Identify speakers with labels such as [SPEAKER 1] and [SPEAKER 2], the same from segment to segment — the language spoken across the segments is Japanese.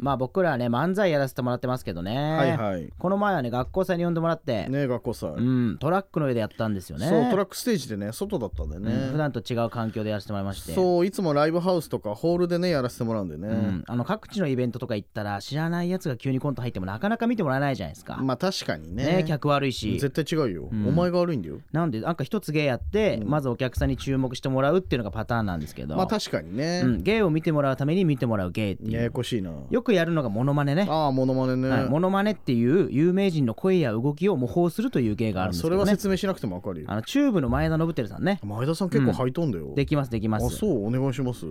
[SPEAKER 1] まあ僕らね漫才やらせてもらってますけどね、
[SPEAKER 2] はいはい
[SPEAKER 1] この前はね学校祭に呼んでもらって、
[SPEAKER 2] ね学校祭、
[SPEAKER 1] うん、トラックの上でやったんですよね
[SPEAKER 2] そうトラックステージでね外だったんでね、
[SPEAKER 1] うん普段と違う環境でやらせてもらいまして
[SPEAKER 2] そういつもライブハウスとかホールでねやらせてもらうんでね、
[SPEAKER 1] うん、あの各地のイベントとか行ったら知らないやつが急にコント入ってもなかなか見てもらえないじゃないですか、
[SPEAKER 2] まあ確かにね
[SPEAKER 1] ね客悪いし
[SPEAKER 2] 絶対違うよ、
[SPEAKER 1] うん
[SPEAKER 2] お前が悪いんだよ
[SPEAKER 1] なんでなんか一つ芸やって、まずお客さんに注目してもらうっていうのがパターンなんですけど、
[SPEAKER 2] まあ確かにね、
[SPEAKER 1] うん、芸を見てもらうために見てもらう芸っていう、
[SPEAKER 2] ややこしいな
[SPEAKER 1] よくやるのがモノマネね
[SPEAKER 2] ああモノマネね、
[SPEAKER 1] はいモノマネっていう有名人の声や動きを模倣するという芸があるんですけ
[SPEAKER 2] そ
[SPEAKER 1] ど、
[SPEAKER 2] れ
[SPEAKER 1] ね、
[SPEAKER 2] は説明しなくてもわかるよ
[SPEAKER 1] あのチューブの前田信輝さんね
[SPEAKER 2] 前田さん結構履いとんだよ、
[SPEAKER 1] できますできま
[SPEAKER 2] あ
[SPEAKER 1] す
[SPEAKER 2] そうお願いします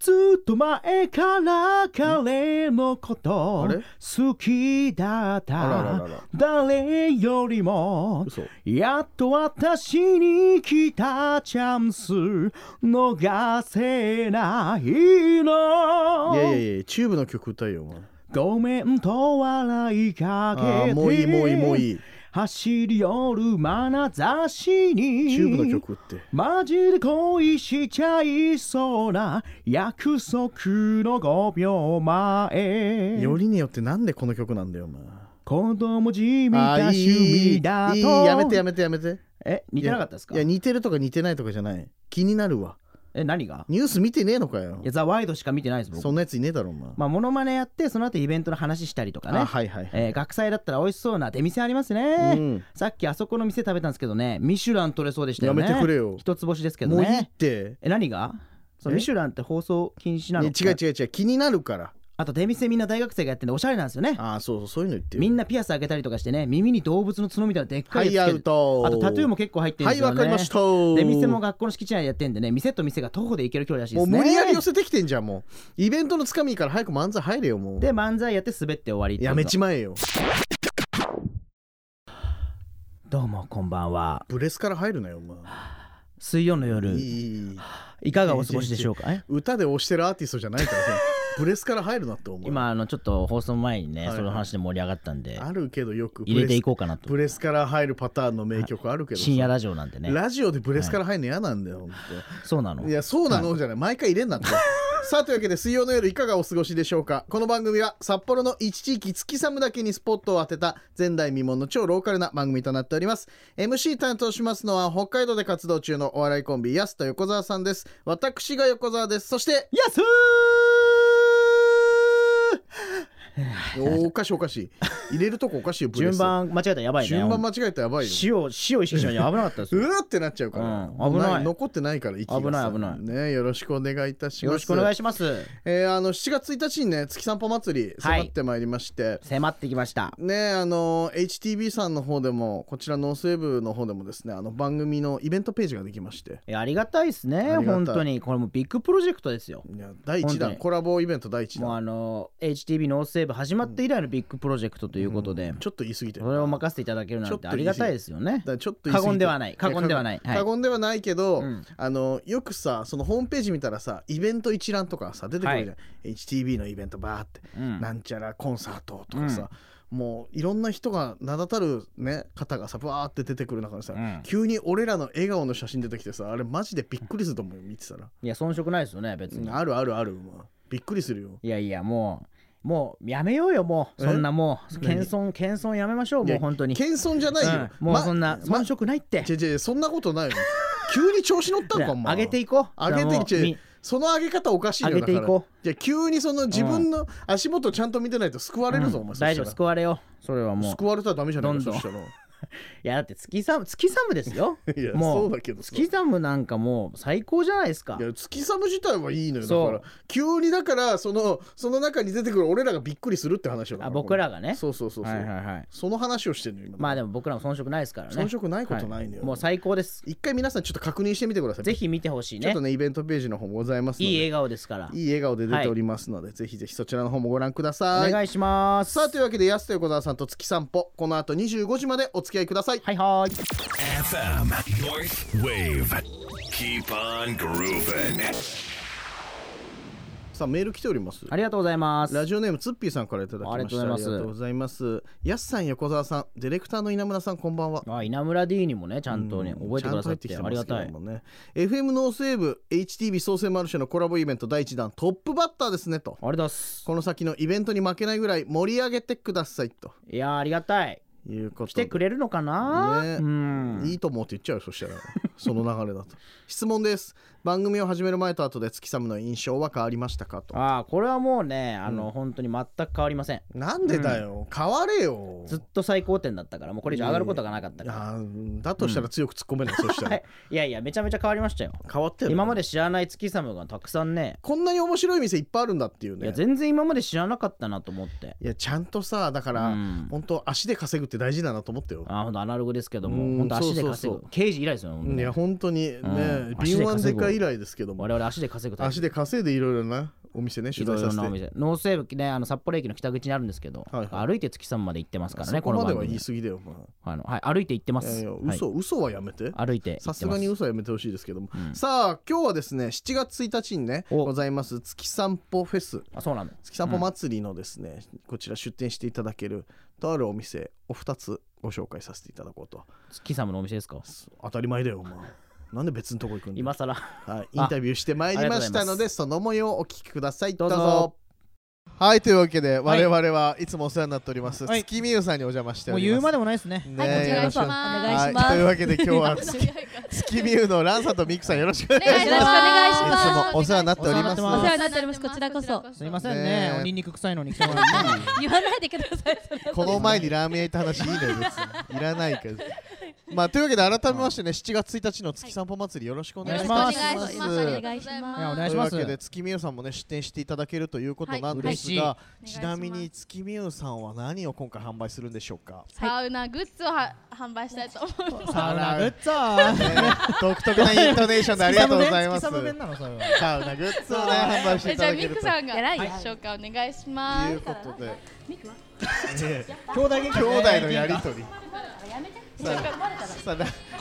[SPEAKER 1] ずっと前から彼のこと
[SPEAKER 2] あれ
[SPEAKER 1] 好きだっ
[SPEAKER 2] あららら
[SPEAKER 1] た
[SPEAKER 2] ら
[SPEAKER 1] 誰よりも
[SPEAKER 2] 嘘
[SPEAKER 1] やっと私に来たチャンス逃せないの
[SPEAKER 2] いやいやいやチューブの曲歌えよお前
[SPEAKER 1] ごめんと笑いか
[SPEAKER 2] あ
[SPEAKER 1] け
[SPEAKER 2] あ
[SPEAKER 1] て
[SPEAKER 2] もういいもういいもういい
[SPEAKER 1] 走り寄る眼差しに
[SPEAKER 2] チューブの曲って
[SPEAKER 1] マジで恋しちゃいそうな約束の5秒前
[SPEAKER 2] よりによってなんでこの曲なんだよお前
[SPEAKER 1] 子供じみ
[SPEAKER 2] あ
[SPEAKER 1] た
[SPEAKER 2] あいい
[SPEAKER 1] 趣味だと
[SPEAKER 2] いいやめてやめてやめて
[SPEAKER 1] え似てなかったですか
[SPEAKER 2] いや似てるとか似てないとかじゃない気になるわ
[SPEAKER 1] え何が
[SPEAKER 2] ニュース見てねえのかよ
[SPEAKER 1] いやザ・ワイドしか見てないです僕
[SPEAKER 2] そんなやついねえだろお前
[SPEAKER 1] まあモノマネやってその後イベントの話したりとか
[SPEAKER 2] あ
[SPEAKER 1] ね、
[SPEAKER 2] はいはいはい
[SPEAKER 1] えー学祭だったら美味しそうな出店ありますね、
[SPEAKER 2] うん
[SPEAKER 1] さっきあそこの店食べたんですけどねミシュラン取れそうでしたよね
[SPEAKER 2] やめてくれよ
[SPEAKER 1] 一つ星ですけど
[SPEAKER 2] もういいっ
[SPEAKER 1] ね
[SPEAKER 2] て
[SPEAKER 1] え何がそう
[SPEAKER 2] え
[SPEAKER 1] ミシュランって放送禁止なの
[SPEAKER 2] ね違う違う違う気になるから
[SPEAKER 1] あと出店みんな大学生がやってるんでおしゃれなんですよね
[SPEAKER 2] ああそうそうそういうの言ってよ
[SPEAKER 1] みんなピアス開けたりとかしてね耳に動物の角みたいなでっか
[SPEAKER 2] はいい
[SPEAKER 1] や
[SPEAKER 2] ア
[SPEAKER 1] つけ
[SPEAKER 2] ウ
[SPEAKER 1] て
[SPEAKER 2] ト
[SPEAKER 1] あとタトゥーも結構入ってるん
[SPEAKER 2] は
[SPEAKER 1] です
[SPEAKER 2] い
[SPEAKER 1] よね
[SPEAKER 2] わかりました
[SPEAKER 1] 出店も学校の敷地内でやってんでね店と店が徒歩で行ける距離らしいで
[SPEAKER 2] もう
[SPEAKER 1] すね
[SPEAKER 2] 無理やり寄せてきてんじゃんもうイベントのつかみから早く漫才入れよもう
[SPEAKER 1] で漫才やって滑って終わりっていう
[SPEAKER 2] やめちまえよ
[SPEAKER 1] どうもこんばんは
[SPEAKER 2] ブレスから入るなよお前
[SPEAKER 1] 水曜の夜
[SPEAKER 2] いいいいいい
[SPEAKER 1] いかがお過ごしでしょうかえ
[SPEAKER 2] 歌で押してるアーティストじゃない からさブレスから入るなって思う
[SPEAKER 1] 今あのちょっと放送前にね、
[SPEAKER 2] はいはい
[SPEAKER 1] その話で盛り上がったんで
[SPEAKER 2] あるけどよくブレス
[SPEAKER 1] 入れていこうかなと
[SPEAKER 2] ブレスから入るパターンの名曲あるけどさ
[SPEAKER 1] 深夜ラジオなんでね
[SPEAKER 2] ラジオでブレスから入るの嫌なんだよ、本
[SPEAKER 1] そうなの
[SPEAKER 2] 当いやそうなのじゃない毎回入れんなって さあというわけで水曜の夜いかがお過ごしでしょうかこの番組は札幌の一地域月寒だけにスポットを当てた前代未聞の超ローカルな番組となっております MC 担当しますのは北海道で活動中のお笑いコンビヤスと横澤さんです私が横澤ですそして
[SPEAKER 1] やす
[SPEAKER 2] おかしいおかしい入れるとこおかしいよ
[SPEAKER 1] ー
[SPEAKER 2] ブレ
[SPEAKER 1] 順
[SPEAKER 2] ス
[SPEAKER 1] 番間違えたらやばいね
[SPEAKER 2] 順番間違えたらやばいよ
[SPEAKER 1] 死を死を意識しないように危なかったです
[SPEAKER 2] う
[SPEAKER 1] よ
[SPEAKER 2] わってなっちゃうから、
[SPEAKER 1] うん危ない
[SPEAKER 2] も残ってないから息がさ
[SPEAKER 1] 危ない危ない
[SPEAKER 2] ねよろしくお願いいたします
[SPEAKER 1] よろしくお願いします
[SPEAKER 2] えーあの7月1日にね月散歩祭り
[SPEAKER 1] はい
[SPEAKER 2] 迫ってまいりまして、
[SPEAKER 1] 迫ってきました
[SPEAKER 2] ねあの HTB さんの方でもこちらノースウェブの方でもですねあの番組のイベントページができまして
[SPEAKER 1] いやありがたいですね
[SPEAKER 2] ありがたい
[SPEAKER 1] 本当にこれもうビッグプロジェクトですよ
[SPEAKER 2] いや第1
[SPEAKER 1] 本当
[SPEAKER 2] 弾
[SPEAKER 1] に
[SPEAKER 2] コラボイベント第1
[SPEAKER 1] もう
[SPEAKER 2] 弾
[SPEAKER 1] あの HTB ノースセーブ始まって以来のビッグプロジェクトということで、
[SPEAKER 2] ちょっと言い過ぎてる
[SPEAKER 1] それを任せていただけるなんてありがたいですよね
[SPEAKER 2] だからちょっと言い過ぎて
[SPEAKER 1] 過言ではない過言ではない
[SPEAKER 2] や過
[SPEAKER 1] はい
[SPEAKER 2] 過言ではないけど、
[SPEAKER 1] うん
[SPEAKER 2] あのよくさそのホームページ見たらさイベント一覧とかさ出てくるじゃ
[SPEAKER 1] は
[SPEAKER 2] ん、HTB のイベントバーって、
[SPEAKER 1] うん
[SPEAKER 2] なんちゃらコンサートとかさ、もういろんな人が名だたる、ね、方がさバーって出てくる中でさ、
[SPEAKER 1] うん
[SPEAKER 2] 急に俺らの笑顔の写真出てきてさあれマジでびっくりすると思うよ見てたら、
[SPEAKER 1] いや遜色ないですよね別に、
[SPEAKER 2] あるあるある、まあびっくりするよ
[SPEAKER 1] いやいやもうもうやめようよもう
[SPEAKER 2] え
[SPEAKER 1] そんなもう謙遜謙遜やめましょう
[SPEAKER 2] い
[SPEAKER 1] もう
[SPEAKER 2] や
[SPEAKER 1] 本当に、
[SPEAKER 2] 謙遜じゃないよ、
[SPEAKER 1] うんもうそんな
[SPEAKER 2] ま
[SPEAKER 1] 遜色ないって、
[SPEAKER 2] 違う違うそんなことないよ急に調子乗ったのかお前
[SPEAKER 1] 上げていこう
[SPEAKER 2] 上げていっちゃ
[SPEAKER 1] み
[SPEAKER 2] その上げ方おかしいよ
[SPEAKER 1] 上げていこう
[SPEAKER 2] だからじゃあ急にその自分の足元ちゃんと見てないと救われるぞ、
[SPEAKER 1] うん
[SPEAKER 2] お前そしたら
[SPEAKER 1] 大丈夫救われよそれはもう
[SPEAKER 2] 救われたらダメじゃないか
[SPEAKER 1] どんどん
[SPEAKER 2] そし たら
[SPEAKER 1] いやだって月寒月寒ですよ
[SPEAKER 2] いや
[SPEAKER 1] も
[SPEAKER 2] そうだけどさ
[SPEAKER 1] 月寒なんかもう最高じゃないですか
[SPEAKER 2] いや月寒自体はいいのよだ
[SPEAKER 1] そう
[SPEAKER 2] から急にだからそのその中に出てくる俺らがびっくりするって話よだ
[SPEAKER 1] あ
[SPEAKER 2] から
[SPEAKER 1] 僕らがね
[SPEAKER 2] そうそうそうそう、
[SPEAKER 1] はいはいはい
[SPEAKER 2] その話をしてんのよ今
[SPEAKER 1] まあでも僕らも遜色ないですからね
[SPEAKER 2] 遜色ないことないのよ
[SPEAKER 1] はもう最高です
[SPEAKER 2] 一回皆さんちょっと確認してみてください
[SPEAKER 1] ぜひ見てほしい
[SPEAKER 2] ちょっ
[SPEAKER 1] ね
[SPEAKER 2] とねイベントページの方もございますので
[SPEAKER 1] いい笑顔ですから
[SPEAKER 2] いい笑顔で出ておりますので、ぜひぜひそちらの方もご覧くださ
[SPEAKER 1] お
[SPEAKER 2] い
[SPEAKER 1] 願いします
[SPEAKER 2] さあというわけで安田横澤さんと月散歩この後25時までお付き合いください
[SPEAKER 1] はいはーい
[SPEAKER 3] FM North Wave. Keep on grooving.
[SPEAKER 2] さあメール来ております
[SPEAKER 1] ありがとうございます
[SPEAKER 2] ラジオネームツッピーさんからいただきました
[SPEAKER 1] あ
[SPEAKER 2] あ
[SPEAKER 1] り
[SPEAKER 2] り
[SPEAKER 1] が
[SPEAKER 2] が
[SPEAKER 1] と
[SPEAKER 2] と
[SPEAKER 1] う
[SPEAKER 2] う
[SPEAKER 1] ご
[SPEAKER 2] ございますやすさん横澤さんディレクターの稲村さんこんばんは
[SPEAKER 1] あ稲村 D にもねちゃんとね
[SPEAKER 2] うん
[SPEAKER 1] 覚えてくださって
[SPEAKER 2] ちゃん
[SPEAKER 1] あ
[SPEAKER 2] と
[SPEAKER 1] り
[SPEAKER 2] 入
[SPEAKER 1] が
[SPEAKER 2] ってきて
[SPEAKER 1] た
[SPEAKER 2] ます
[SPEAKER 1] い
[SPEAKER 2] けどもね FM ノースウェーブ HTB 創生マルシェのコラボイベント第1弾トップバッターですねと
[SPEAKER 1] あれだっす
[SPEAKER 2] この先のイベントに負けないぐらい盛り上げてくださいと
[SPEAKER 1] いやーありがたい
[SPEAKER 2] いうこと
[SPEAKER 1] 来てくれるのかな、
[SPEAKER 2] ね
[SPEAKER 1] うん
[SPEAKER 2] いいと思うって言っちゃうよそしたら その流れだと質問です番組を始める前と後で月サムの印象は変わりましたかと
[SPEAKER 1] ああこれはもうねあの、本当に全く変わりません
[SPEAKER 2] なんでだよ、変われよ
[SPEAKER 1] ずっと最高点だったからもうこれ以上上がることがなかったから、
[SPEAKER 2] あーだとしたら強く突っ込めない、そした
[SPEAKER 1] は
[SPEAKER 2] ら
[SPEAKER 1] いいやいやめちゃめちゃ変わりましたよ
[SPEAKER 2] 変わってる
[SPEAKER 1] 今まで知らない月様がたくさんね
[SPEAKER 2] こんなに面白い店いっぱいあるんだっていう
[SPEAKER 1] い
[SPEAKER 2] ね
[SPEAKER 1] や全然今まで知らなかったなと思って
[SPEAKER 2] いやちゃんとさだから、
[SPEAKER 1] うん
[SPEAKER 2] 本当足で稼ぐって大事だなと思ったよ、
[SPEAKER 1] あーほんとアナログですけど
[SPEAKER 2] う
[SPEAKER 1] も
[SPEAKER 2] ん
[SPEAKER 1] 本当足で稼ぐ
[SPEAKER 2] そうそうそう
[SPEAKER 1] 刑事以来ですよねほんと
[SPEAKER 2] い
[SPEAKER 1] ね
[SPEAKER 2] や本当にね、
[SPEAKER 1] うん
[SPEAKER 2] 敏腕デカ以来ですけども
[SPEAKER 1] 我々足で稼ぐタイプ
[SPEAKER 2] 足で稼いでいろいろなお店ね取
[SPEAKER 1] いろ
[SPEAKER 2] 材
[SPEAKER 1] い
[SPEAKER 2] さ
[SPEAKER 1] ろな
[SPEAKER 2] せ
[SPEAKER 1] お
[SPEAKER 2] て
[SPEAKER 1] 店ノーセーブねあの札幌駅の北口にあるんですけど、
[SPEAKER 2] はいは
[SPEAKER 1] 歩いて月さんまで行ってますからね
[SPEAKER 2] そこ
[SPEAKER 1] この
[SPEAKER 2] まで
[SPEAKER 1] 番
[SPEAKER 2] は
[SPEAKER 1] 組
[SPEAKER 2] 言い過ぎだよ、ま
[SPEAKER 1] あのはい歩いて行ってま
[SPEAKER 2] あ、いや
[SPEAKER 1] す
[SPEAKER 2] いや
[SPEAKER 1] はい
[SPEAKER 2] 嘘、嘘はやめて
[SPEAKER 1] 歩いて行ってま
[SPEAKER 2] さ
[SPEAKER 1] す
[SPEAKER 2] すがに嘘はやめてほしいですけども、
[SPEAKER 1] うん
[SPEAKER 2] さあ今日はですね7月1日にね
[SPEAKER 1] お
[SPEAKER 2] ございます月散歩フェス
[SPEAKER 1] あそうなの
[SPEAKER 2] 月散歩祭りのですね、こちら出店していただけるとあるお店お二つご紹介させていただこうと
[SPEAKER 1] 月さんのお店ですか
[SPEAKER 2] 当たり前だよお前なんで別のとこ行くんだよ
[SPEAKER 1] 今更
[SPEAKER 2] はい、インタビューしてまいりましたの
[SPEAKER 1] あ
[SPEAKER 2] でその模様をお聞きください
[SPEAKER 1] ど
[SPEAKER 2] ど
[SPEAKER 1] う
[SPEAKER 2] う
[SPEAKER 1] ぞ
[SPEAKER 2] ぞはいというわけで
[SPEAKER 1] は
[SPEAKER 2] 我
[SPEAKER 1] い
[SPEAKER 2] 々はいつもお世話になっております、
[SPEAKER 1] はい
[SPEAKER 2] 月見ゆさんにお邪魔して
[SPEAKER 1] も
[SPEAKER 2] お
[SPEAKER 1] う
[SPEAKER 2] り
[SPEAKER 1] 言
[SPEAKER 2] ま
[SPEAKER 1] う
[SPEAKER 2] す
[SPEAKER 1] までもないですね
[SPEAKER 2] ね
[SPEAKER 3] はい、
[SPEAKER 2] え
[SPEAKER 3] こちらこそお
[SPEAKER 2] よろし
[SPEAKER 3] 願いし
[SPEAKER 2] く
[SPEAKER 3] ま
[SPEAKER 2] は
[SPEAKER 3] す。
[SPEAKER 2] い、という
[SPEAKER 3] よ
[SPEAKER 2] わけで今日は月見ゆのランさんとミクさんよろしくお願いし
[SPEAKER 3] ろ
[SPEAKER 2] ます
[SPEAKER 3] しくお願いします。
[SPEAKER 2] いつもお世話になっております
[SPEAKER 1] お世
[SPEAKER 3] お
[SPEAKER 1] 話
[SPEAKER 3] 世話になっております。こちらこそ。
[SPEAKER 1] すいません
[SPEAKER 2] ね
[SPEAKER 1] ね
[SPEAKER 2] え
[SPEAKER 1] おにんにく臭いのに来てもらって
[SPEAKER 3] 言わないでください。
[SPEAKER 2] この前にラーメン屋行った話いいね別にいらないけどまあというわけで改めましてね7月1日の月散歩祭りよろしくお願いします
[SPEAKER 1] よろ
[SPEAKER 3] お願いします。お願いし
[SPEAKER 1] いやお
[SPEAKER 3] ま
[SPEAKER 1] 願いし
[SPEAKER 2] という
[SPEAKER 1] ま
[SPEAKER 2] わ
[SPEAKER 1] す
[SPEAKER 2] けで月見ゆさんもね出店していただけるということなんですが、
[SPEAKER 1] は
[SPEAKER 3] 嬉しい
[SPEAKER 2] ちなみに月見ゆさんは何を今回販売するんでしょうか
[SPEAKER 4] サウナグッズをは販売したいと思います。
[SPEAKER 1] サウナグッズ
[SPEAKER 2] ね独特なイントネーションでありがとうございます。サ
[SPEAKER 1] 月
[SPEAKER 2] ウ
[SPEAKER 1] 様弁
[SPEAKER 2] ナ
[SPEAKER 1] なのそれは
[SPEAKER 2] グッズをね、販売して
[SPEAKER 4] え
[SPEAKER 2] い
[SPEAKER 4] じゃ
[SPEAKER 2] た
[SPEAKER 4] あ
[SPEAKER 2] だける
[SPEAKER 4] ミク
[SPEAKER 2] と
[SPEAKER 4] さんが
[SPEAKER 3] 偉い
[SPEAKER 4] 紹介お願いし
[SPEAKER 2] い
[SPEAKER 4] ま
[SPEAKER 2] う
[SPEAKER 4] す。
[SPEAKER 2] ことで、
[SPEAKER 3] ミクは
[SPEAKER 2] ね
[SPEAKER 1] 兄弟喧嘩
[SPEAKER 2] 兄弟のやりとり。さあ、さあ、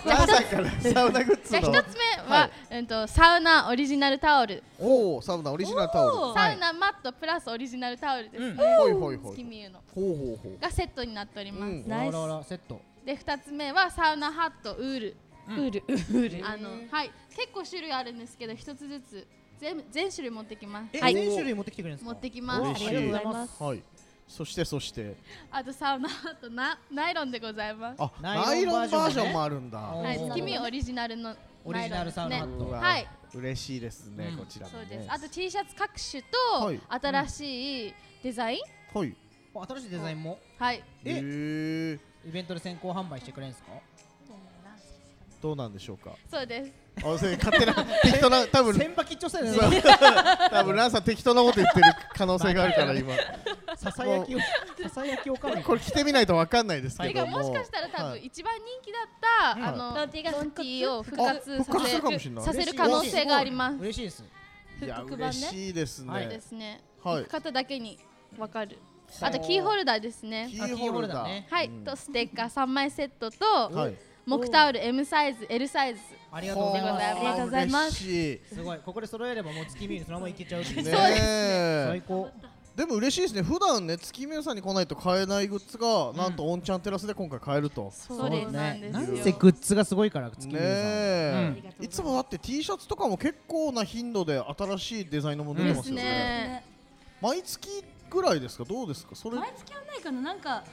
[SPEAKER 2] ランさんからサウナグッ
[SPEAKER 4] じゃ
[SPEAKER 2] ズ
[SPEAKER 4] あ
[SPEAKER 2] の
[SPEAKER 4] 一。つ目は、うんとサウナオリジナルタオル、
[SPEAKER 2] おお、サウナオリジナルタオル。
[SPEAKER 4] サウナマットプラスオリジナルタオルですね。
[SPEAKER 2] ほいほいほ
[SPEAKER 4] 月
[SPEAKER 2] い。
[SPEAKER 4] 見湯の
[SPEAKER 2] ほうほうほう。
[SPEAKER 4] がセットになっております。
[SPEAKER 2] うん
[SPEAKER 3] ナイス。
[SPEAKER 1] あらあらセット
[SPEAKER 4] で二つ目はサウナハットウール、
[SPEAKER 3] ウールウール。
[SPEAKER 4] あのはい結構種類あるんですけど一つずつ全部全種類持ってきます。
[SPEAKER 1] え
[SPEAKER 3] はい
[SPEAKER 1] 全種類持ってきてくれるんです
[SPEAKER 4] 持
[SPEAKER 1] か
[SPEAKER 4] ってき
[SPEAKER 3] あ
[SPEAKER 4] ま
[SPEAKER 2] 嬉
[SPEAKER 4] す。
[SPEAKER 2] し
[SPEAKER 3] りがとうございます。
[SPEAKER 2] はい。そして、そして。
[SPEAKER 4] あとサウナハットなナイロンでございます。
[SPEAKER 2] あ、ナ
[SPEAKER 1] ナ
[SPEAKER 2] イ
[SPEAKER 1] イ
[SPEAKER 2] ロ
[SPEAKER 1] ロ
[SPEAKER 2] ン
[SPEAKER 1] ン
[SPEAKER 2] バ
[SPEAKER 1] バー
[SPEAKER 2] ージ
[SPEAKER 1] ジ
[SPEAKER 2] ョ
[SPEAKER 1] ョ
[SPEAKER 2] ン
[SPEAKER 1] ン
[SPEAKER 2] もあるんだ。
[SPEAKER 1] おー
[SPEAKER 4] はい、月見湯オリジナルの
[SPEAKER 1] オリジナルサウナハット
[SPEAKER 2] うわ
[SPEAKER 4] はい。
[SPEAKER 2] 嬉しいですね
[SPEAKER 1] う、ん
[SPEAKER 2] こちらも
[SPEAKER 4] そう
[SPEAKER 2] ね。
[SPEAKER 4] です。あと T シャツ各種
[SPEAKER 2] はい
[SPEAKER 4] と新しいデザイン、
[SPEAKER 2] はい。
[SPEAKER 1] お新しいデザインも
[SPEAKER 4] はい。
[SPEAKER 1] え
[SPEAKER 2] ええ、
[SPEAKER 1] イベントで先行販売してくれるんですか
[SPEAKER 2] どうなんでしょうか。
[SPEAKER 4] そうです。
[SPEAKER 2] あ、それ勝手な、適当な、多分。
[SPEAKER 1] 先場吉兆さね
[SPEAKER 2] 多分ランさん適当なこと言ってる可能性があるから今
[SPEAKER 1] ささやきをささやきをかみ
[SPEAKER 2] これ着てみないとわかんないですけ
[SPEAKER 4] て
[SPEAKER 2] ど
[SPEAKER 4] か
[SPEAKER 2] も
[SPEAKER 4] もしかしたら多
[SPEAKER 2] は
[SPEAKER 4] 分
[SPEAKER 2] い
[SPEAKER 4] 一番人気だった、
[SPEAKER 2] はい
[SPEAKER 4] あの
[SPEAKER 3] ロンティが
[SPEAKER 4] ロンティを復活
[SPEAKER 2] あ復活する
[SPEAKER 4] させ
[SPEAKER 2] かもしれない
[SPEAKER 4] させる可能性があります。
[SPEAKER 1] 嬉しいです
[SPEAKER 2] いや
[SPEAKER 3] 復刻版
[SPEAKER 2] 嬉
[SPEAKER 3] ね
[SPEAKER 2] しいです
[SPEAKER 1] は
[SPEAKER 4] そう
[SPEAKER 1] い
[SPEAKER 2] ね
[SPEAKER 4] ですね。
[SPEAKER 2] はい
[SPEAKER 4] 行く方だけにわかる。
[SPEAKER 1] は
[SPEAKER 4] あ
[SPEAKER 1] い
[SPEAKER 4] とキーホルダーですね。
[SPEAKER 1] あキーホルダーね
[SPEAKER 4] はい、
[SPEAKER 2] うん
[SPEAKER 4] とステッカー3枚セットと、
[SPEAKER 2] はい
[SPEAKER 4] 木タオル M サイズ L サイズ
[SPEAKER 1] ありがとうございます
[SPEAKER 4] ありがとうございます
[SPEAKER 2] 嬉しい
[SPEAKER 1] すごいここで揃えればもう月見にそのままいけちゃうっていうね
[SPEAKER 2] ね
[SPEAKER 4] そうです
[SPEAKER 1] 最
[SPEAKER 2] え
[SPEAKER 1] 高
[SPEAKER 2] でも嬉しいですね普段ね月見さんに来ないと買えないグッズがなんとオンチャンテラスで今回買えると
[SPEAKER 4] そうですなんですよ。
[SPEAKER 1] なんせグッズがすごいから月見
[SPEAKER 2] ね
[SPEAKER 1] さん
[SPEAKER 2] え
[SPEAKER 1] うん
[SPEAKER 2] いつもだって T シャツとかも結構な頻度で新しいデザインのもの出て
[SPEAKER 4] で
[SPEAKER 2] ますすよね
[SPEAKER 4] ね。
[SPEAKER 2] 毎月ぐらいですかどうですかそれ
[SPEAKER 3] 毎月はないかななんか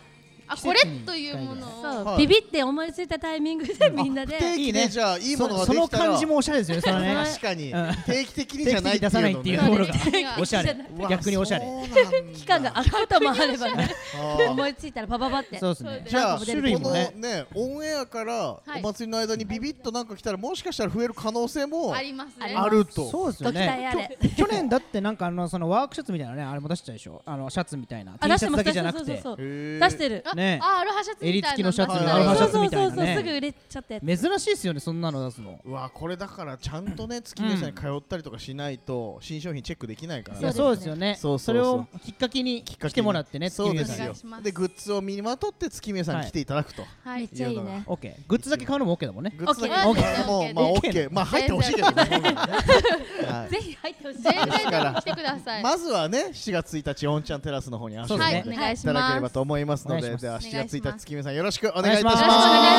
[SPEAKER 4] あこれというものを
[SPEAKER 3] そ
[SPEAKER 2] は
[SPEAKER 3] う
[SPEAKER 2] い
[SPEAKER 3] ビビって思いついたタイミングでみんなで
[SPEAKER 2] 不定期
[SPEAKER 1] いい
[SPEAKER 2] で
[SPEAKER 1] ね
[SPEAKER 2] じゃあいいものが
[SPEAKER 1] そそ
[SPEAKER 2] でき
[SPEAKER 1] の
[SPEAKER 2] たら
[SPEAKER 1] 感じもおしゃれですよねそれね
[SPEAKER 2] 確かに
[SPEAKER 1] うん
[SPEAKER 2] 定期的に
[SPEAKER 1] 定
[SPEAKER 2] じ
[SPEAKER 1] 期
[SPEAKER 2] ゃな
[SPEAKER 1] 的
[SPEAKER 2] い
[SPEAKER 1] に出さないっていうと
[SPEAKER 2] の
[SPEAKER 1] こ
[SPEAKER 2] ね
[SPEAKER 1] ろがおしゃれ
[SPEAKER 3] う
[SPEAKER 2] わ
[SPEAKER 1] 逆におしゃれ
[SPEAKER 2] そ うなんだ
[SPEAKER 3] 期間が空くこともあればね
[SPEAKER 2] あー
[SPEAKER 3] 思いついたらパパパって
[SPEAKER 1] そうですね
[SPEAKER 2] じゃあ
[SPEAKER 3] なんか
[SPEAKER 2] 種
[SPEAKER 3] 種
[SPEAKER 2] 類
[SPEAKER 3] 類
[SPEAKER 2] も
[SPEAKER 1] も
[SPEAKER 2] ね
[SPEAKER 1] ね
[SPEAKER 2] オンエアから
[SPEAKER 4] は
[SPEAKER 2] お
[SPEAKER 4] い
[SPEAKER 2] 祭りの間にビビッとなんか来たらもしかしたら増える可能性も
[SPEAKER 4] ありますね。
[SPEAKER 2] あると
[SPEAKER 1] そうです
[SPEAKER 3] ド
[SPEAKER 1] よ
[SPEAKER 3] クター
[SPEAKER 1] ね
[SPEAKER 3] やれ
[SPEAKER 1] きょ去年だってなんかあのそのワークシャツみたいなねあれも出してたでしょあのシャツみたいな
[SPEAKER 3] あ
[SPEAKER 1] T
[SPEAKER 3] 出
[SPEAKER 1] シ
[SPEAKER 3] して
[SPEAKER 1] ャツ
[SPEAKER 3] ま
[SPEAKER 1] だけ
[SPEAKER 3] す出し
[SPEAKER 1] じ
[SPEAKER 3] て
[SPEAKER 1] ゃな
[SPEAKER 3] ます
[SPEAKER 1] く
[SPEAKER 3] そうそう
[SPEAKER 1] て
[SPEAKER 3] そ
[SPEAKER 2] へ
[SPEAKER 3] う
[SPEAKER 2] ー
[SPEAKER 3] 出してる
[SPEAKER 4] あ
[SPEAKER 1] ね
[SPEAKER 4] あアロハシャツみたいな
[SPEAKER 1] 襟付きのシャツ
[SPEAKER 5] に
[SPEAKER 1] の
[SPEAKER 5] ア
[SPEAKER 1] ア
[SPEAKER 5] ロ
[SPEAKER 1] ロ
[SPEAKER 5] ハ
[SPEAKER 1] ハ
[SPEAKER 5] シ
[SPEAKER 1] シ
[SPEAKER 3] そ
[SPEAKER 5] ャ
[SPEAKER 1] ャツみ
[SPEAKER 3] うそう
[SPEAKER 1] た
[SPEAKER 3] そう
[SPEAKER 1] い
[SPEAKER 3] そ
[SPEAKER 1] な
[SPEAKER 3] うすぐ
[SPEAKER 1] ね
[SPEAKER 3] 売れちゃったやつ
[SPEAKER 1] 珍しいですよねそんなの出すの
[SPEAKER 2] うわこれだからちゃんとね月見さんに通ったりとかしないと新商品チェックできないから
[SPEAKER 1] いや
[SPEAKER 2] ね
[SPEAKER 1] そうですよね
[SPEAKER 2] そう
[SPEAKER 1] そ
[SPEAKER 2] そう
[SPEAKER 1] れ
[SPEAKER 2] そう
[SPEAKER 1] をきっかけに
[SPEAKER 2] かけに
[SPEAKER 1] 来てもらってね
[SPEAKER 2] そうで
[SPEAKER 1] 月見さ
[SPEAKER 2] す
[SPEAKER 1] んに
[SPEAKER 4] お願
[SPEAKER 2] よ
[SPEAKER 4] いします
[SPEAKER 2] でグッズを身にまとって月見さんに来ていただくと、
[SPEAKER 4] は
[SPEAKER 3] めっ
[SPEAKER 4] い
[SPEAKER 3] ちゃいいね
[SPEAKER 1] オッケーグッズだけ買うのも OK だもんね
[SPEAKER 2] グッズだけ
[SPEAKER 4] オッケー
[SPEAKER 2] もうまあ
[SPEAKER 1] オ
[SPEAKER 2] オ
[SPEAKER 1] ッ
[SPEAKER 2] ッ
[SPEAKER 1] ケー
[SPEAKER 2] ケーまあ入ってほしい けどねはい
[SPEAKER 3] ぜひ入ってほ しい
[SPEAKER 4] 全
[SPEAKER 2] だか
[SPEAKER 4] 然
[SPEAKER 2] ら
[SPEAKER 4] 来てください
[SPEAKER 2] まずはね7月1日オンチャンテラスの方に足を
[SPEAKER 1] そうです
[SPEAKER 4] はい
[SPEAKER 1] ね
[SPEAKER 4] お願い
[SPEAKER 2] い
[SPEAKER 4] した
[SPEAKER 2] だけれ
[SPEAKER 4] ま
[SPEAKER 2] ば
[SPEAKER 4] す
[SPEAKER 2] と思いますの
[SPEAKER 1] お願
[SPEAKER 2] で
[SPEAKER 1] いします
[SPEAKER 2] では
[SPEAKER 4] お願いし
[SPEAKER 2] 7
[SPEAKER 4] ま
[SPEAKER 2] 月1
[SPEAKER 4] す
[SPEAKER 2] 日月見さんよろしくお願いいたし
[SPEAKER 1] お
[SPEAKER 2] ます
[SPEAKER 4] よろしくお願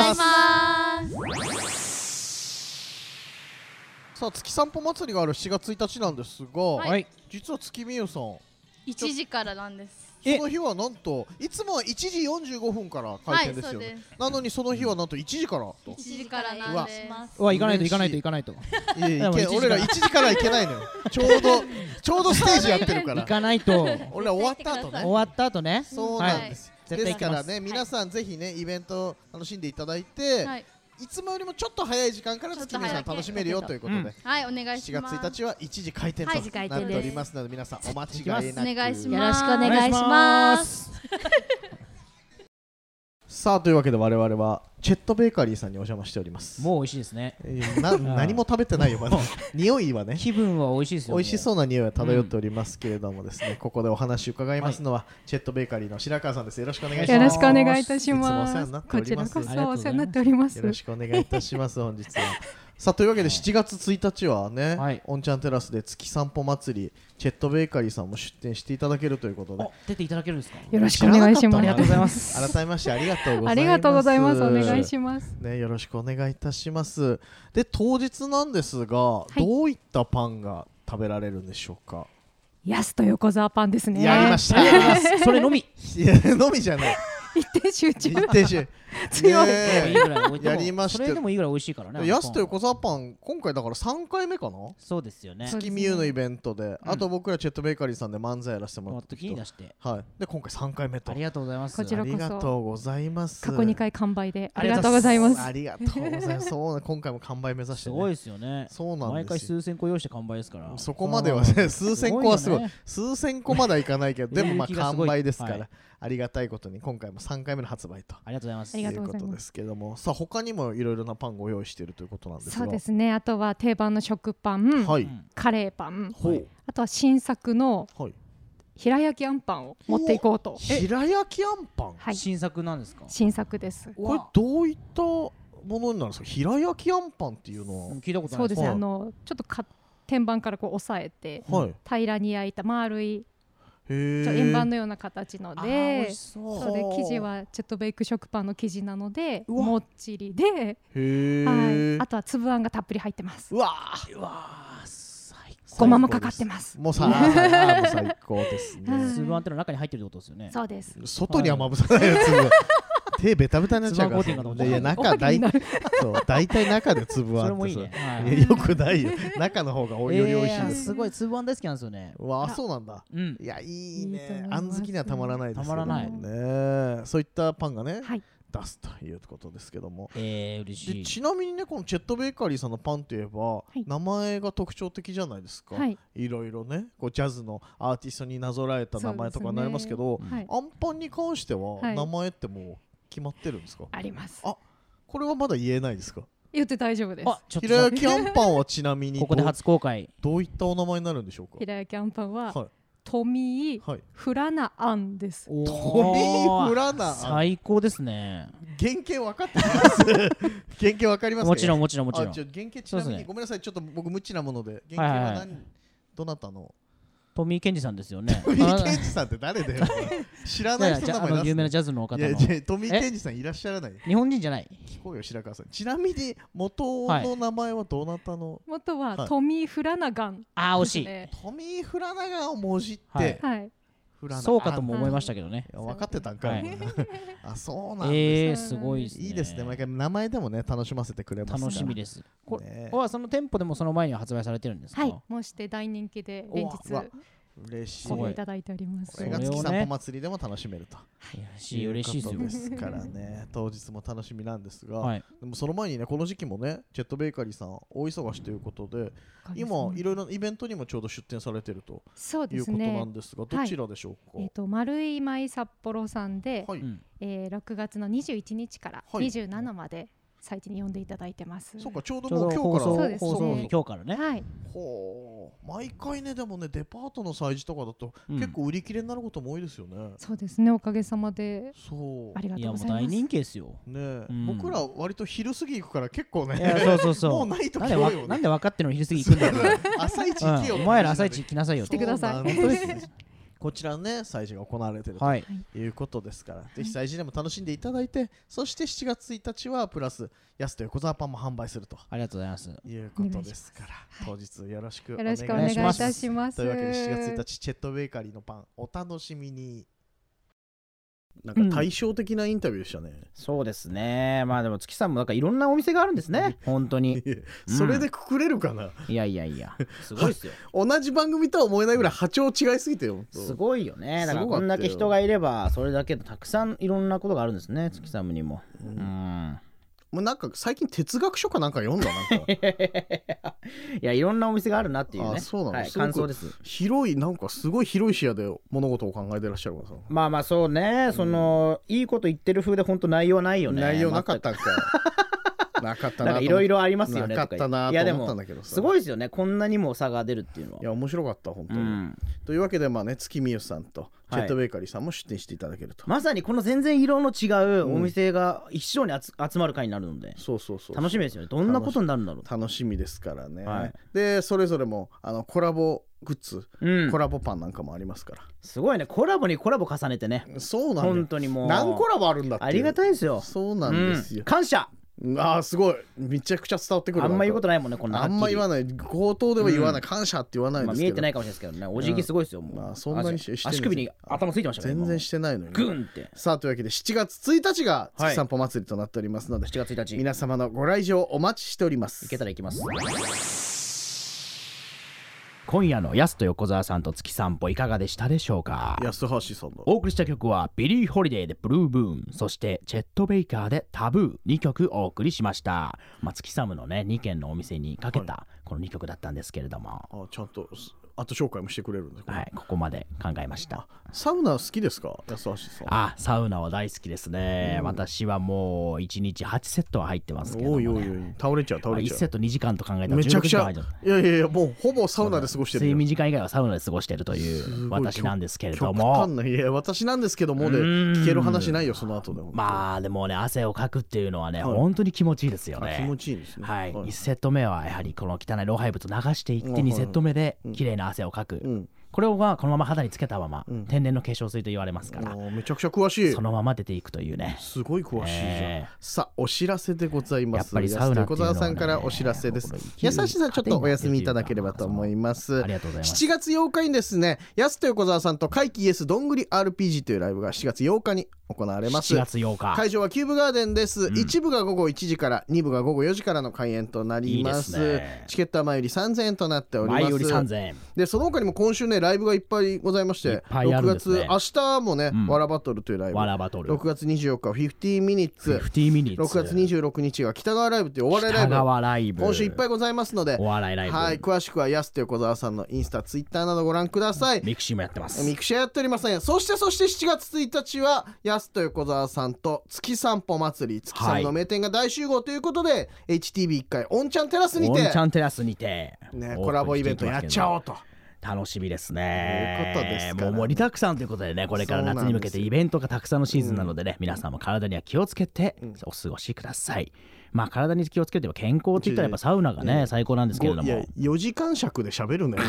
[SPEAKER 1] す
[SPEAKER 4] いします
[SPEAKER 2] さあ月散歩祭りがある7月1日なんですが、
[SPEAKER 4] はい
[SPEAKER 1] はい
[SPEAKER 2] 実は月見ゆさん
[SPEAKER 4] 1時からなんです
[SPEAKER 1] え
[SPEAKER 2] その日はなんといつもは1時45分から開店ですよね、
[SPEAKER 4] はいそうです
[SPEAKER 2] なのにその日はなんと1時からと、
[SPEAKER 4] 1時から
[SPEAKER 3] 一
[SPEAKER 4] なん
[SPEAKER 3] お願い
[SPEAKER 4] で
[SPEAKER 3] します
[SPEAKER 1] うわ行かないと
[SPEAKER 2] 嬉
[SPEAKER 1] 行
[SPEAKER 2] しい
[SPEAKER 1] かないと行かないと
[SPEAKER 2] いやいや
[SPEAKER 1] でも
[SPEAKER 2] いけ
[SPEAKER 1] 1時
[SPEAKER 2] 俺ら1時から行けないのよちょうどちょうどステージやってるか
[SPEAKER 1] 行
[SPEAKER 2] ら
[SPEAKER 1] かない と
[SPEAKER 2] 俺ら終わった後
[SPEAKER 3] は
[SPEAKER 2] ね
[SPEAKER 3] い
[SPEAKER 1] 終わった後ね
[SPEAKER 2] そうなんです、
[SPEAKER 1] はい絶
[SPEAKER 2] で
[SPEAKER 1] 対行
[SPEAKER 2] すか
[SPEAKER 1] けま
[SPEAKER 2] ら
[SPEAKER 1] す
[SPEAKER 2] ね皆さんぜひねイベント楽しんでいただいて、、
[SPEAKER 4] はいい
[SPEAKER 2] つもよりもちょっと早い時間から月見さん楽しめるよということで、
[SPEAKER 1] うん
[SPEAKER 4] はいお願いし
[SPEAKER 2] 7
[SPEAKER 4] ます
[SPEAKER 2] 月1日は1時開店と
[SPEAKER 3] は
[SPEAKER 2] ないっ
[SPEAKER 3] 時
[SPEAKER 2] て
[SPEAKER 3] 開店です
[SPEAKER 2] おりますので皆さんお間違いなく
[SPEAKER 4] お願いし
[SPEAKER 3] よろしくお
[SPEAKER 1] お
[SPEAKER 3] 願いします
[SPEAKER 2] さあというわけで我々はチェットベーカリーさんにお邪魔しております
[SPEAKER 1] もう美味しいですね
[SPEAKER 2] えー な何も食べてないよまだ匂いは ね
[SPEAKER 1] 気分は美味しいですよ
[SPEAKER 2] 美味し
[SPEAKER 1] う
[SPEAKER 2] そうな匂いは漂っておりますけれどもですね、ここでお話伺いますのは、チェットベーカリーの白川さんですよろしくお願いします
[SPEAKER 6] よろしくお願いいたし
[SPEAKER 2] いつもお世話
[SPEAKER 6] ま
[SPEAKER 2] に
[SPEAKER 6] す
[SPEAKER 2] な。ってお
[SPEAKER 6] こ
[SPEAKER 2] り
[SPEAKER 6] ち
[SPEAKER 2] ま
[SPEAKER 6] ら
[SPEAKER 2] す
[SPEAKER 6] こそお世話になっております
[SPEAKER 2] よ。ろしくお願いいたします、本日は。さあというわけで7月1日はね、
[SPEAKER 1] はい
[SPEAKER 2] オンチャンテラスで月散歩祭り、チェットベーカリーさんも出店していただけるということで、
[SPEAKER 1] 出ていただけるんですか
[SPEAKER 6] よろしくお願いし
[SPEAKER 1] あ
[SPEAKER 6] ま
[SPEAKER 1] り
[SPEAKER 6] す
[SPEAKER 1] がとうございます
[SPEAKER 2] 改めましてありがとうございます。
[SPEAKER 6] ありがとうございます。お願いします。
[SPEAKER 2] ね、よろしくお願いいたします。で、当日なんですが、
[SPEAKER 6] い
[SPEAKER 2] どういったパンが食べられるんでしょうか。
[SPEAKER 6] ヤスと横澤パンですね。
[SPEAKER 2] やりま
[SPEAKER 6] し
[SPEAKER 2] した。
[SPEAKER 1] それのみ
[SPEAKER 2] いやのみじゃない。
[SPEAKER 6] た。一点集中。
[SPEAKER 2] 一定 し。
[SPEAKER 6] 強い
[SPEAKER 2] ね
[SPEAKER 1] いい
[SPEAKER 2] え
[SPEAKER 1] ぐらい置いても
[SPEAKER 2] やりました
[SPEAKER 1] それでもいいぐらい美味しいからね
[SPEAKER 2] やすと横澤パン、今回だから3回目かな。
[SPEAKER 1] そうですよね
[SPEAKER 6] そう
[SPEAKER 2] 月見湯のイベントで、あと僕らチェットベーカリーさんで漫才やらせてもら
[SPEAKER 1] も
[SPEAKER 2] っ
[SPEAKER 1] ったと気
[SPEAKER 2] 時と
[SPEAKER 1] に出して
[SPEAKER 2] はい、で今回3回目と
[SPEAKER 1] ありがとうございます
[SPEAKER 6] こちら
[SPEAKER 2] ありがとうございます
[SPEAKER 6] 過去2回完売でありがとうございます。
[SPEAKER 2] ありがとうございますそうね今回も完売目指して、
[SPEAKER 1] す
[SPEAKER 2] ね、
[SPEAKER 1] ごいですよね
[SPEAKER 2] そうなんですよ
[SPEAKER 1] 毎回数千個用意して完売ですから
[SPEAKER 2] そこまではね数千個はすご
[SPEAKER 1] すご
[SPEAKER 2] い
[SPEAKER 1] いよね
[SPEAKER 2] 数千個まだいかないけどでもま
[SPEAKER 1] 勇
[SPEAKER 2] あ
[SPEAKER 1] 気がす
[SPEAKER 2] 完
[SPEAKER 1] ごい
[SPEAKER 2] 売です から、
[SPEAKER 1] はい
[SPEAKER 2] ありがたいことに今回も3回目の発売と
[SPEAKER 1] ありがとうございます
[SPEAKER 6] ありがとうございます
[SPEAKER 2] いうことですけどもさあ他にもいろいろなパンご用意しているということなんですが
[SPEAKER 6] そうですね。あとは定番の食パン、
[SPEAKER 2] はい、
[SPEAKER 1] うん
[SPEAKER 6] カレーパン、
[SPEAKER 2] ほう
[SPEAKER 6] あとは新作の
[SPEAKER 2] はい
[SPEAKER 6] 平焼きあんパンを持っていこうと。
[SPEAKER 2] 平焼きあんパン
[SPEAKER 6] はい。
[SPEAKER 1] 新作なんですか
[SPEAKER 6] 新作です。
[SPEAKER 2] これどういったものになるんですか平焼きあんパンっていうのは
[SPEAKER 1] 聞いたことな
[SPEAKER 6] そ
[SPEAKER 1] いう
[SPEAKER 6] ですね。
[SPEAKER 2] はい
[SPEAKER 6] あのちょっとか天板からこう押さえて
[SPEAKER 2] はいへ
[SPEAKER 6] 平らに焼いた丸い
[SPEAKER 2] え
[SPEAKER 6] ちょ円盤のような形の
[SPEAKER 1] あー美
[SPEAKER 6] で
[SPEAKER 1] 味し。そう
[SPEAKER 6] そうで
[SPEAKER 2] はあ
[SPEAKER 6] 生地はチェットベイク食パンの生地なので
[SPEAKER 2] うわ
[SPEAKER 6] もっちりで、
[SPEAKER 2] へえ、
[SPEAKER 6] はい、あとは粒あんがたっぷり入ってます
[SPEAKER 2] うわー
[SPEAKER 1] うわー最
[SPEAKER 6] ごまもかかってます
[SPEAKER 2] もうさあもう最高で す
[SPEAKER 6] は
[SPEAKER 2] ね
[SPEAKER 6] い
[SPEAKER 1] 高粒あんってのは中に入ってるってことですよね
[SPEAKER 6] そうです
[SPEAKER 2] 外にはまぶさないやつ手ベタベタになっちゃうから
[SPEAKER 1] つまごうて
[SPEAKER 2] い
[SPEAKER 1] ん
[SPEAKER 2] や
[SPEAKER 1] か
[SPEAKER 2] 中大
[SPEAKER 6] おはぎになる
[SPEAKER 2] そう大体中で
[SPEAKER 1] そ
[SPEAKER 2] 粒あん
[SPEAKER 1] れ
[SPEAKER 2] っ
[SPEAKER 1] も
[SPEAKER 2] て
[SPEAKER 1] いいね
[SPEAKER 2] さ
[SPEAKER 1] はい
[SPEAKER 2] いやよくないよ中の方がおより美味しい
[SPEAKER 1] えー
[SPEAKER 2] です、
[SPEAKER 1] すごい粒あん大好きなんですよね
[SPEAKER 2] うわあそうなんだ
[SPEAKER 1] うん
[SPEAKER 2] いやいいね
[SPEAKER 6] いいと思い
[SPEAKER 2] あ
[SPEAKER 6] ます
[SPEAKER 2] ん好きにはたまらないですけども
[SPEAKER 1] たまら
[SPEAKER 2] ねそういったパンがね、
[SPEAKER 6] はい
[SPEAKER 2] 出すということですけども
[SPEAKER 1] えー嬉し
[SPEAKER 2] で
[SPEAKER 1] い
[SPEAKER 2] ちなみにねこのチェットベーカリーさんのパンといえば、
[SPEAKER 6] い
[SPEAKER 2] 名前が特徴的じゃないですか、、
[SPEAKER 6] はいい、
[SPEAKER 2] ろいろねこうジャズのアーティストになぞらえた名前とかになりますけど
[SPEAKER 6] はい、
[SPEAKER 2] アンパンに関しては
[SPEAKER 6] はい
[SPEAKER 2] 名前ってもう決まってるんですか、
[SPEAKER 6] あります
[SPEAKER 2] あこれはまだ言えないですか
[SPEAKER 6] 言って大丈夫です
[SPEAKER 1] あちょっ
[SPEAKER 2] 平
[SPEAKER 1] と
[SPEAKER 2] 焼きアンパンはちなみに
[SPEAKER 1] ここで初公開
[SPEAKER 2] どうどういったお名前になるんでしょうか
[SPEAKER 6] 平焼きあんパンは、
[SPEAKER 2] はい
[SPEAKER 6] トミー
[SPEAKER 2] はい
[SPEAKER 6] フラナあんです
[SPEAKER 1] おー
[SPEAKER 2] トミー・フラナー
[SPEAKER 1] 最高ですね
[SPEAKER 2] 原型分かってます 原型分かりますか
[SPEAKER 1] もちろんもちろんもちろ
[SPEAKER 2] あ
[SPEAKER 1] ん
[SPEAKER 2] ちょ原型ち
[SPEAKER 1] そうで
[SPEAKER 2] な
[SPEAKER 1] す
[SPEAKER 2] み
[SPEAKER 1] ね
[SPEAKER 2] にごめんなさいちょっと僕無知なもので原型は何、
[SPEAKER 1] はいはい
[SPEAKER 2] どなたの
[SPEAKER 1] トミー・ケンジさんですよね
[SPEAKER 2] トミー・ケンジさんって 誰だよ知ら
[SPEAKER 1] あ
[SPEAKER 2] な
[SPEAKER 1] の
[SPEAKER 2] い
[SPEAKER 1] ね
[SPEAKER 2] 人
[SPEAKER 1] じゃあ
[SPEAKER 2] の
[SPEAKER 1] あ
[SPEAKER 2] 名前
[SPEAKER 1] の有名な
[SPEAKER 2] 出す
[SPEAKER 1] ジャズの方
[SPEAKER 2] い
[SPEAKER 1] の
[SPEAKER 2] や
[SPEAKER 1] 日
[SPEAKER 2] いやトミー・ケンジさんいらっしゃらない
[SPEAKER 1] 本人じゃない
[SPEAKER 2] 聞こうよ白川さんちなみに元の名前はどなたの、
[SPEAKER 6] 元は、
[SPEAKER 2] はい
[SPEAKER 6] トミーフラナガン
[SPEAKER 1] ああ惜
[SPEAKER 6] で
[SPEAKER 1] し
[SPEAKER 6] す
[SPEAKER 1] い
[SPEAKER 6] ね
[SPEAKER 2] トミー・フラナガンをもじって、
[SPEAKER 1] はい
[SPEAKER 6] はい
[SPEAKER 2] フラナ
[SPEAKER 1] そうかとも思いましたけどね
[SPEAKER 2] あいや分かってたんかい、
[SPEAKER 1] はい
[SPEAKER 2] あそうなんです、
[SPEAKER 1] えー、す
[SPEAKER 6] そうなんです
[SPEAKER 1] ごいですね
[SPEAKER 2] いいですね毎回名前でもね楽しませてくれますから
[SPEAKER 1] 楽しみですこ
[SPEAKER 2] ね
[SPEAKER 1] れはその店舗でもその前には発売されてるんですか
[SPEAKER 6] はいもうして大人気で連
[SPEAKER 2] うわ
[SPEAKER 6] 日
[SPEAKER 2] 嬉しい
[SPEAKER 1] すごい
[SPEAKER 6] ご覧いただいております
[SPEAKER 2] これが
[SPEAKER 1] それを
[SPEAKER 2] 月
[SPEAKER 1] ね
[SPEAKER 2] 散歩祭りでも楽しめると
[SPEAKER 5] いやし嬉しいですよ
[SPEAKER 7] うことですからね、当日も楽しみなんですが、
[SPEAKER 5] はい
[SPEAKER 7] でもその前にね、この時期もね、ジェットベーカリーさん、大忙しということで、今、いろいろなイベントにもちょうど出店されてると
[SPEAKER 6] そう
[SPEAKER 7] い
[SPEAKER 6] で
[SPEAKER 7] う
[SPEAKER 6] す
[SPEAKER 7] ことな
[SPEAKER 6] ね
[SPEAKER 7] んですが、
[SPEAKER 6] はい
[SPEAKER 7] どちらでしょうか。
[SPEAKER 6] えっと丸い舞札幌さんで、
[SPEAKER 7] はい、
[SPEAKER 5] うん
[SPEAKER 6] えー、6月の21日から
[SPEAKER 7] はい
[SPEAKER 6] 27まで祭日に呼んでいただいてます。
[SPEAKER 7] そうか、ちょうど
[SPEAKER 5] ちょう
[SPEAKER 7] もう
[SPEAKER 5] ど
[SPEAKER 7] 今
[SPEAKER 5] 放
[SPEAKER 7] 日から
[SPEAKER 5] 送、
[SPEAKER 6] そうですね
[SPEAKER 5] 放送日今日からね
[SPEAKER 6] はい、
[SPEAKER 7] ほう毎回ねでもねデパートの催事とかだと、
[SPEAKER 5] うん
[SPEAKER 7] 結構売り切れになることも多いですよね
[SPEAKER 6] そうですね。おかげさまで
[SPEAKER 7] そう
[SPEAKER 6] ありが
[SPEAKER 5] い
[SPEAKER 6] と
[SPEAKER 5] や
[SPEAKER 6] うご
[SPEAKER 5] もう
[SPEAKER 6] ざいます。
[SPEAKER 5] 大人気ですよ
[SPEAKER 7] ねえ、
[SPEAKER 5] うん
[SPEAKER 7] 僕ら割と昼過ぎ行くから結構
[SPEAKER 5] いや
[SPEAKER 7] ね
[SPEAKER 5] そうそうそう
[SPEAKER 7] もうない時
[SPEAKER 5] な
[SPEAKER 7] 多い
[SPEAKER 5] んで
[SPEAKER 7] よ
[SPEAKER 5] わ
[SPEAKER 7] ね
[SPEAKER 5] なんで分かってのに昼過ぎ行くん だよ
[SPEAKER 7] 朝一
[SPEAKER 5] うん
[SPEAKER 7] 行けよ、
[SPEAKER 5] お前ら朝一来なさいよ
[SPEAKER 6] 来てください
[SPEAKER 7] そうなんですこちらのね催事が行われてると
[SPEAKER 5] はい
[SPEAKER 7] いうことですから、ぜひ催事でも楽しんでいただいてそして7月1日はプラス安と横澤パンも販売すると
[SPEAKER 5] ありがとうございます
[SPEAKER 7] いうことですから当日よろしくお
[SPEAKER 6] よ
[SPEAKER 7] 願
[SPEAKER 6] ろ
[SPEAKER 7] い
[SPEAKER 6] し
[SPEAKER 7] し
[SPEAKER 6] くお願いい
[SPEAKER 7] ます。
[SPEAKER 6] たします。
[SPEAKER 7] というわけで7月1日チェットベーカリーのパンお楽しみに
[SPEAKER 2] なんか対照的なインタビューでしたね、
[SPEAKER 1] そうですねまあでも月さんもなんかいろんなお店があるんですね本当にうん
[SPEAKER 2] それでくくれるかな、
[SPEAKER 1] いやいやいやすごいで すよ
[SPEAKER 2] 同じ番組とは思えないぐらい波長違いすぎてよ
[SPEAKER 1] すごいよねだから
[SPEAKER 2] すごか
[SPEAKER 1] こ
[SPEAKER 2] ったよ
[SPEAKER 1] んだけ人がいればそれだけたくさんいろんなことがあるんですね月さんにもうん
[SPEAKER 2] もうなんか最近哲学書かなんか読んだなんか
[SPEAKER 1] いやいろんなお店があるなっていう
[SPEAKER 2] あ
[SPEAKER 1] ね
[SPEAKER 2] そうなの
[SPEAKER 1] はい
[SPEAKER 2] すごく
[SPEAKER 1] 感想です
[SPEAKER 2] 広いなんかすごい広い視野で物事を考えてらっしゃるからさ
[SPEAKER 1] まあまあそうねそのいいこと言ってる風で本当内容ないよね
[SPEAKER 2] 内容なかったんかい なかっ
[SPEAKER 1] 全く
[SPEAKER 2] たな
[SPEAKER 1] なんかいろい
[SPEAKER 2] ろ
[SPEAKER 1] ろありますよね
[SPEAKER 2] なかったな
[SPEAKER 1] とか言ってい
[SPEAKER 2] と
[SPEAKER 1] やで
[SPEAKER 2] 思ったん
[SPEAKER 1] も
[SPEAKER 2] だけどさ
[SPEAKER 1] すごいですよねこんなにも差が出るっていうのはい
[SPEAKER 2] や面白かった本当
[SPEAKER 1] う
[SPEAKER 2] に、
[SPEAKER 1] ん
[SPEAKER 2] というわけでまあね月見ゆさんと
[SPEAKER 1] い
[SPEAKER 2] チェットベーカリーさんも出店していただけると、
[SPEAKER 1] まさにこの全然色の違うお店が一生に集集まる会になるので
[SPEAKER 2] そうそうそう
[SPEAKER 1] 楽しみですよねどんなことになるんだろう
[SPEAKER 2] 楽しみですからね、
[SPEAKER 1] はい
[SPEAKER 2] でそれぞれもあのコラボグッズ、
[SPEAKER 1] うん
[SPEAKER 2] コラボパンなんかもありますから、
[SPEAKER 1] すごいねコラボにコラボ重ねてね
[SPEAKER 2] そうなんだ
[SPEAKER 1] 本
[SPEAKER 2] よ
[SPEAKER 1] 当にもう
[SPEAKER 2] 何コラボあるんだっていう
[SPEAKER 1] ありがたいですよ
[SPEAKER 2] そうなんです
[SPEAKER 1] う
[SPEAKER 2] よ
[SPEAKER 1] ん、感謝
[SPEAKER 2] ああすごいめちゃくちゃ伝わってくる
[SPEAKER 1] あんま言うこと
[SPEAKER 2] な
[SPEAKER 1] ないもんねこん
[SPEAKER 2] ん
[SPEAKER 1] な
[SPEAKER 2] か
[SPEAKER 1] は
[SPEAKER 2] あ
[SPEAKER 1] っきり
[SPEAKER 2] んま言わない口頭では言わない、感謝って言わない
[SPEAKER 1] ま
[SPEAKER 2] で
[SPEAKER 1] あ、
[SPEAKER 2] す
[SPEAKER 1] 見
[SPEAKER 2] け
[SPEAKER 1] え
[SPEAKER 2] ど、
[SPEAKER 1] てないかもしれないですけどねお辞儀すごいですよ、もう
[SPEAKER 2] まあそんなにしして
[SPEAKER 1] 足足首に頭ついてましたから
[SPEAKER 2] 全然してないのに
[SPEAKER 1] 今グンって
[SPEAKER 2] さあというわけで7月1日が月散歩祭りとなっておりますので、
[SPEAKER 1] 7月1日
[SPEAKER 2] 皆様のご来場お待ちしております
[SPEAKER 1] いけたら行きます今夜のやすと横澤さんと月散歩いかがでしたでしょうか
[SPEAKER 2] 安橋さんの
[SPEAKER 1] お送りした曲はビリー・ホリデーでブルーブーンそしてチェット・ベイカーでタブー2曲お送りしました、まあ、月サムのね2軒のお店にかけたこの2曲だったんですけれども、
[SPEAKER 2] あちゃんとあと紹介もしてくれるんで、これ
[SPEAKER 1] はい、ここまで考えました
[SPEAKER 2] サウナ好きですか安橋さん
[SPEAKER 1] あサウナは大好きですね、私はもう1日8セットは入ってますけども
[SPEAKER 2] お
[SPEAKER 1] ね、
[SPEAKER 2] いおいおい倒れちゃう倒れ
[SPEAKER 1] 1
[SPEAKER 2] ちゃ
[SPEAKER 1] セッ
[SPEAKER 2] う
[SPEAKER 1] ト2時間と考えたら
[SPEAKER 2] めちゃくちゃ
[SPEAKER 1] 16時間入っ
[SPEAKER 2] い
[SPEAKER 1] ちゃう
[SPEAKER 2] やいやいやもうほぼサウナで過ごしてる
[SPEAKER 1] 睡
[SPEAKER 2] よ
[SPEAKER 1] 眠時間以外はサウナで過ごしてるという
[SPEAKER 2] ごい
[SPEAKER 1] 私なんですけれど
[SPEAKER 2] 極
[SPEAKER 1] も
[SPEAKER 2] 端ないや私なんですけどもで
[SPEAKER 1] うーん
[SPEAKER 2] 聞ける話ないよその後でも
[SPEAKER 1] まあでもね汗をかくっていうのはね、
[SPEAKER 2] はい
[SPEAKER 1] 本当に気持ちいいですよ
[SPEAKER 2] あ
[SPEAKER 1] ね
[SPEAKER 2] 気持ちいいんですね
[SPEAKER 1] はい、1セット目はやはりこの汚い老廃物を流していって
[SPEAKER 2] うんはい
[SPEAKER 1] 2セット目で綺麗な汗をかく、
[SPEAKER 2] うん
[SPEAKER 1] これをまあこのまま肌につけたまま、
[SPEAKER 2] うん
[SPEAKER 1] 天然の化粧水と言われます
[SPEAKER 2] あ
[SPEAKER 1] から、
[SPEAKER 2] ーめちゃくちゃ詳しい
[SPEAKER 1] そのまま出ていくというね
[SPEAKER 2] すごい詳しいじゃん、
[SPEAKER 1] ええ
[SPEAKER 2] さあお知らせでございます
[SPEAKER 1] やっぱりサウナって
[SPEAKER 2] 小
[SPEAKER 1] いうのは
[SPEAKER 2] 沢
[SPEAKER 1] ね
[SPEAKER 2] さんからお知らせです
[SPEAKER 1] 僕の生き
[SPEAKER 2] 優
[SPEAKER 1] る
[SPEAKER 2] しさんちょっとお休みいただければと思います
[SPEAKER 1] ありがとうございます
[SPEAKER 2] 7月8日にですねやすと横澤さんと怪奇イエスどんぐり RPG というライブが7月8日に行われます
[SPEAKER 1] 7月8日
[SPEAKER 2] 会場はキューブガーデンです、
[SPEAKER 1] ん
[SPEAKER 2] 一部が午後1時から二部が午後4時からの開演となります
[SPEAKER 1] いいですね
[SPEAKER 2] チケットは前より3000円となっております
[SPEAKER 1] 前より3000円
[SPEAKER 2] でその他にも今週ねライブがいっぱいございまして
[SPEAKER 1] いっぱいあるんですね
[SPEAKER 2] 6月明日もね、
[SPEAKER 1] うん
[SPEAKER 2] わらバトルというライブ
[SPEAKER 1] わらバトル
[SPEAKER 2] 6月24日は50ミニッツ
[SPEAKER 1] 50ミニッツ
[SPEAKER 2] 6月26日が北川ライブというお笑いライ
[SPEAKER 1] 北
[SPEAKER 2] ブ
[SPEAKER 1] 川ライブ
[SPEAKER 2] 今週いっぱ
[SPEAKER 1] い
[SPEAKER 2] いございますので
[SPEAKER 1] お笑いライブ、
[SPEAKER 2] はい詳しくはやすと横澤さんのインスタツイッターなどご覧ください
[SPEAKER 1] ミクシーもやってます
[SPEAKER 2] ミクシェやっておりませんそしてそして7月1日はやすと横澤さんと月散歩祭り月さんの名店が大集合ということで、HTB1 階オンチャンテラスに
[SPEAKER 1] オン
[SPEAKER 2] て
[SPEAKER 1] チャンテラスにて、
[SPEAKER 2] ね、コラボイベントやっちゃおうと
[SPEAKER 1] 楽しみですね
[SPEAKER 2] ということですからね
[SPEAKER 1] もう盛りだくさんということでねこれから夏に向けてイベントがたくさんのシーズンなのでね、皆さんも体には気をつけてお過ごしください、まあ体に気をつけても健康って言ったらやっぱサウナがね、最高なんですけれど
[SPEAKER 2] ごいや
[SPEAKER 1] も
[SPEAKER 2] 4時間尺で喋るんだよ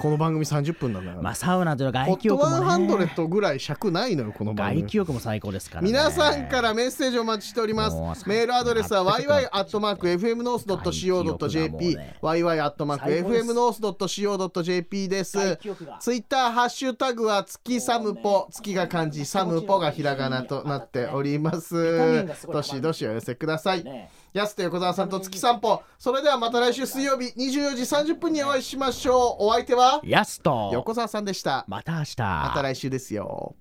[SPEAKER 2] この番組30分なんだか ら、
[SPEAKER 1] まあサウナというのは
[SPEAKER 2] ホ
[SPEAKER 1] 外
[SPEAKER 2] ッ
[SPEAKER 1] 気
[SPEAKER 2] ト
[SPEAKER 1] 浴
[SPEAKER 2] ワンハンド
[SPEAKER 1] も
[SPEAKER 2] レ
[SPEAKER 1] ね
[SPEAKER 2] ットぐらい尺ないのよこの番
[SPEAKER 1] 外
[SPEAKER 2] 組
[SPEAKER 1] 気浴も最高ですからね
[SPEAKER 2] 皆さんからメッセージをお待ちしております
[SPEAKER 1] もうさ
[SPEAKER 2] メールアドレスは
[SPEAKER 1] やってください
[SPEAKER 2] yy.fmnorth.co.jp
[SPEAKER 1] 最高です
[SPEAKER 2] yy.fmnorth.co.jp です
[SPEAKER 1] 外気浴が
[SPEAKER 2] ツイッターハッシュタグは月サムポ月が漢字サムポがひらがなとなっておりますどしどしお寄せくださいやすと横澤さんと月散歩それではまた来週水曜日24時30分にお会いしましょうお相手は
[SPEAKER 1] やすと
[SPEAKER 2] 横澤さんでした
[SPEAKER 1] また明日
[SPEAKER 2] また来週ですよ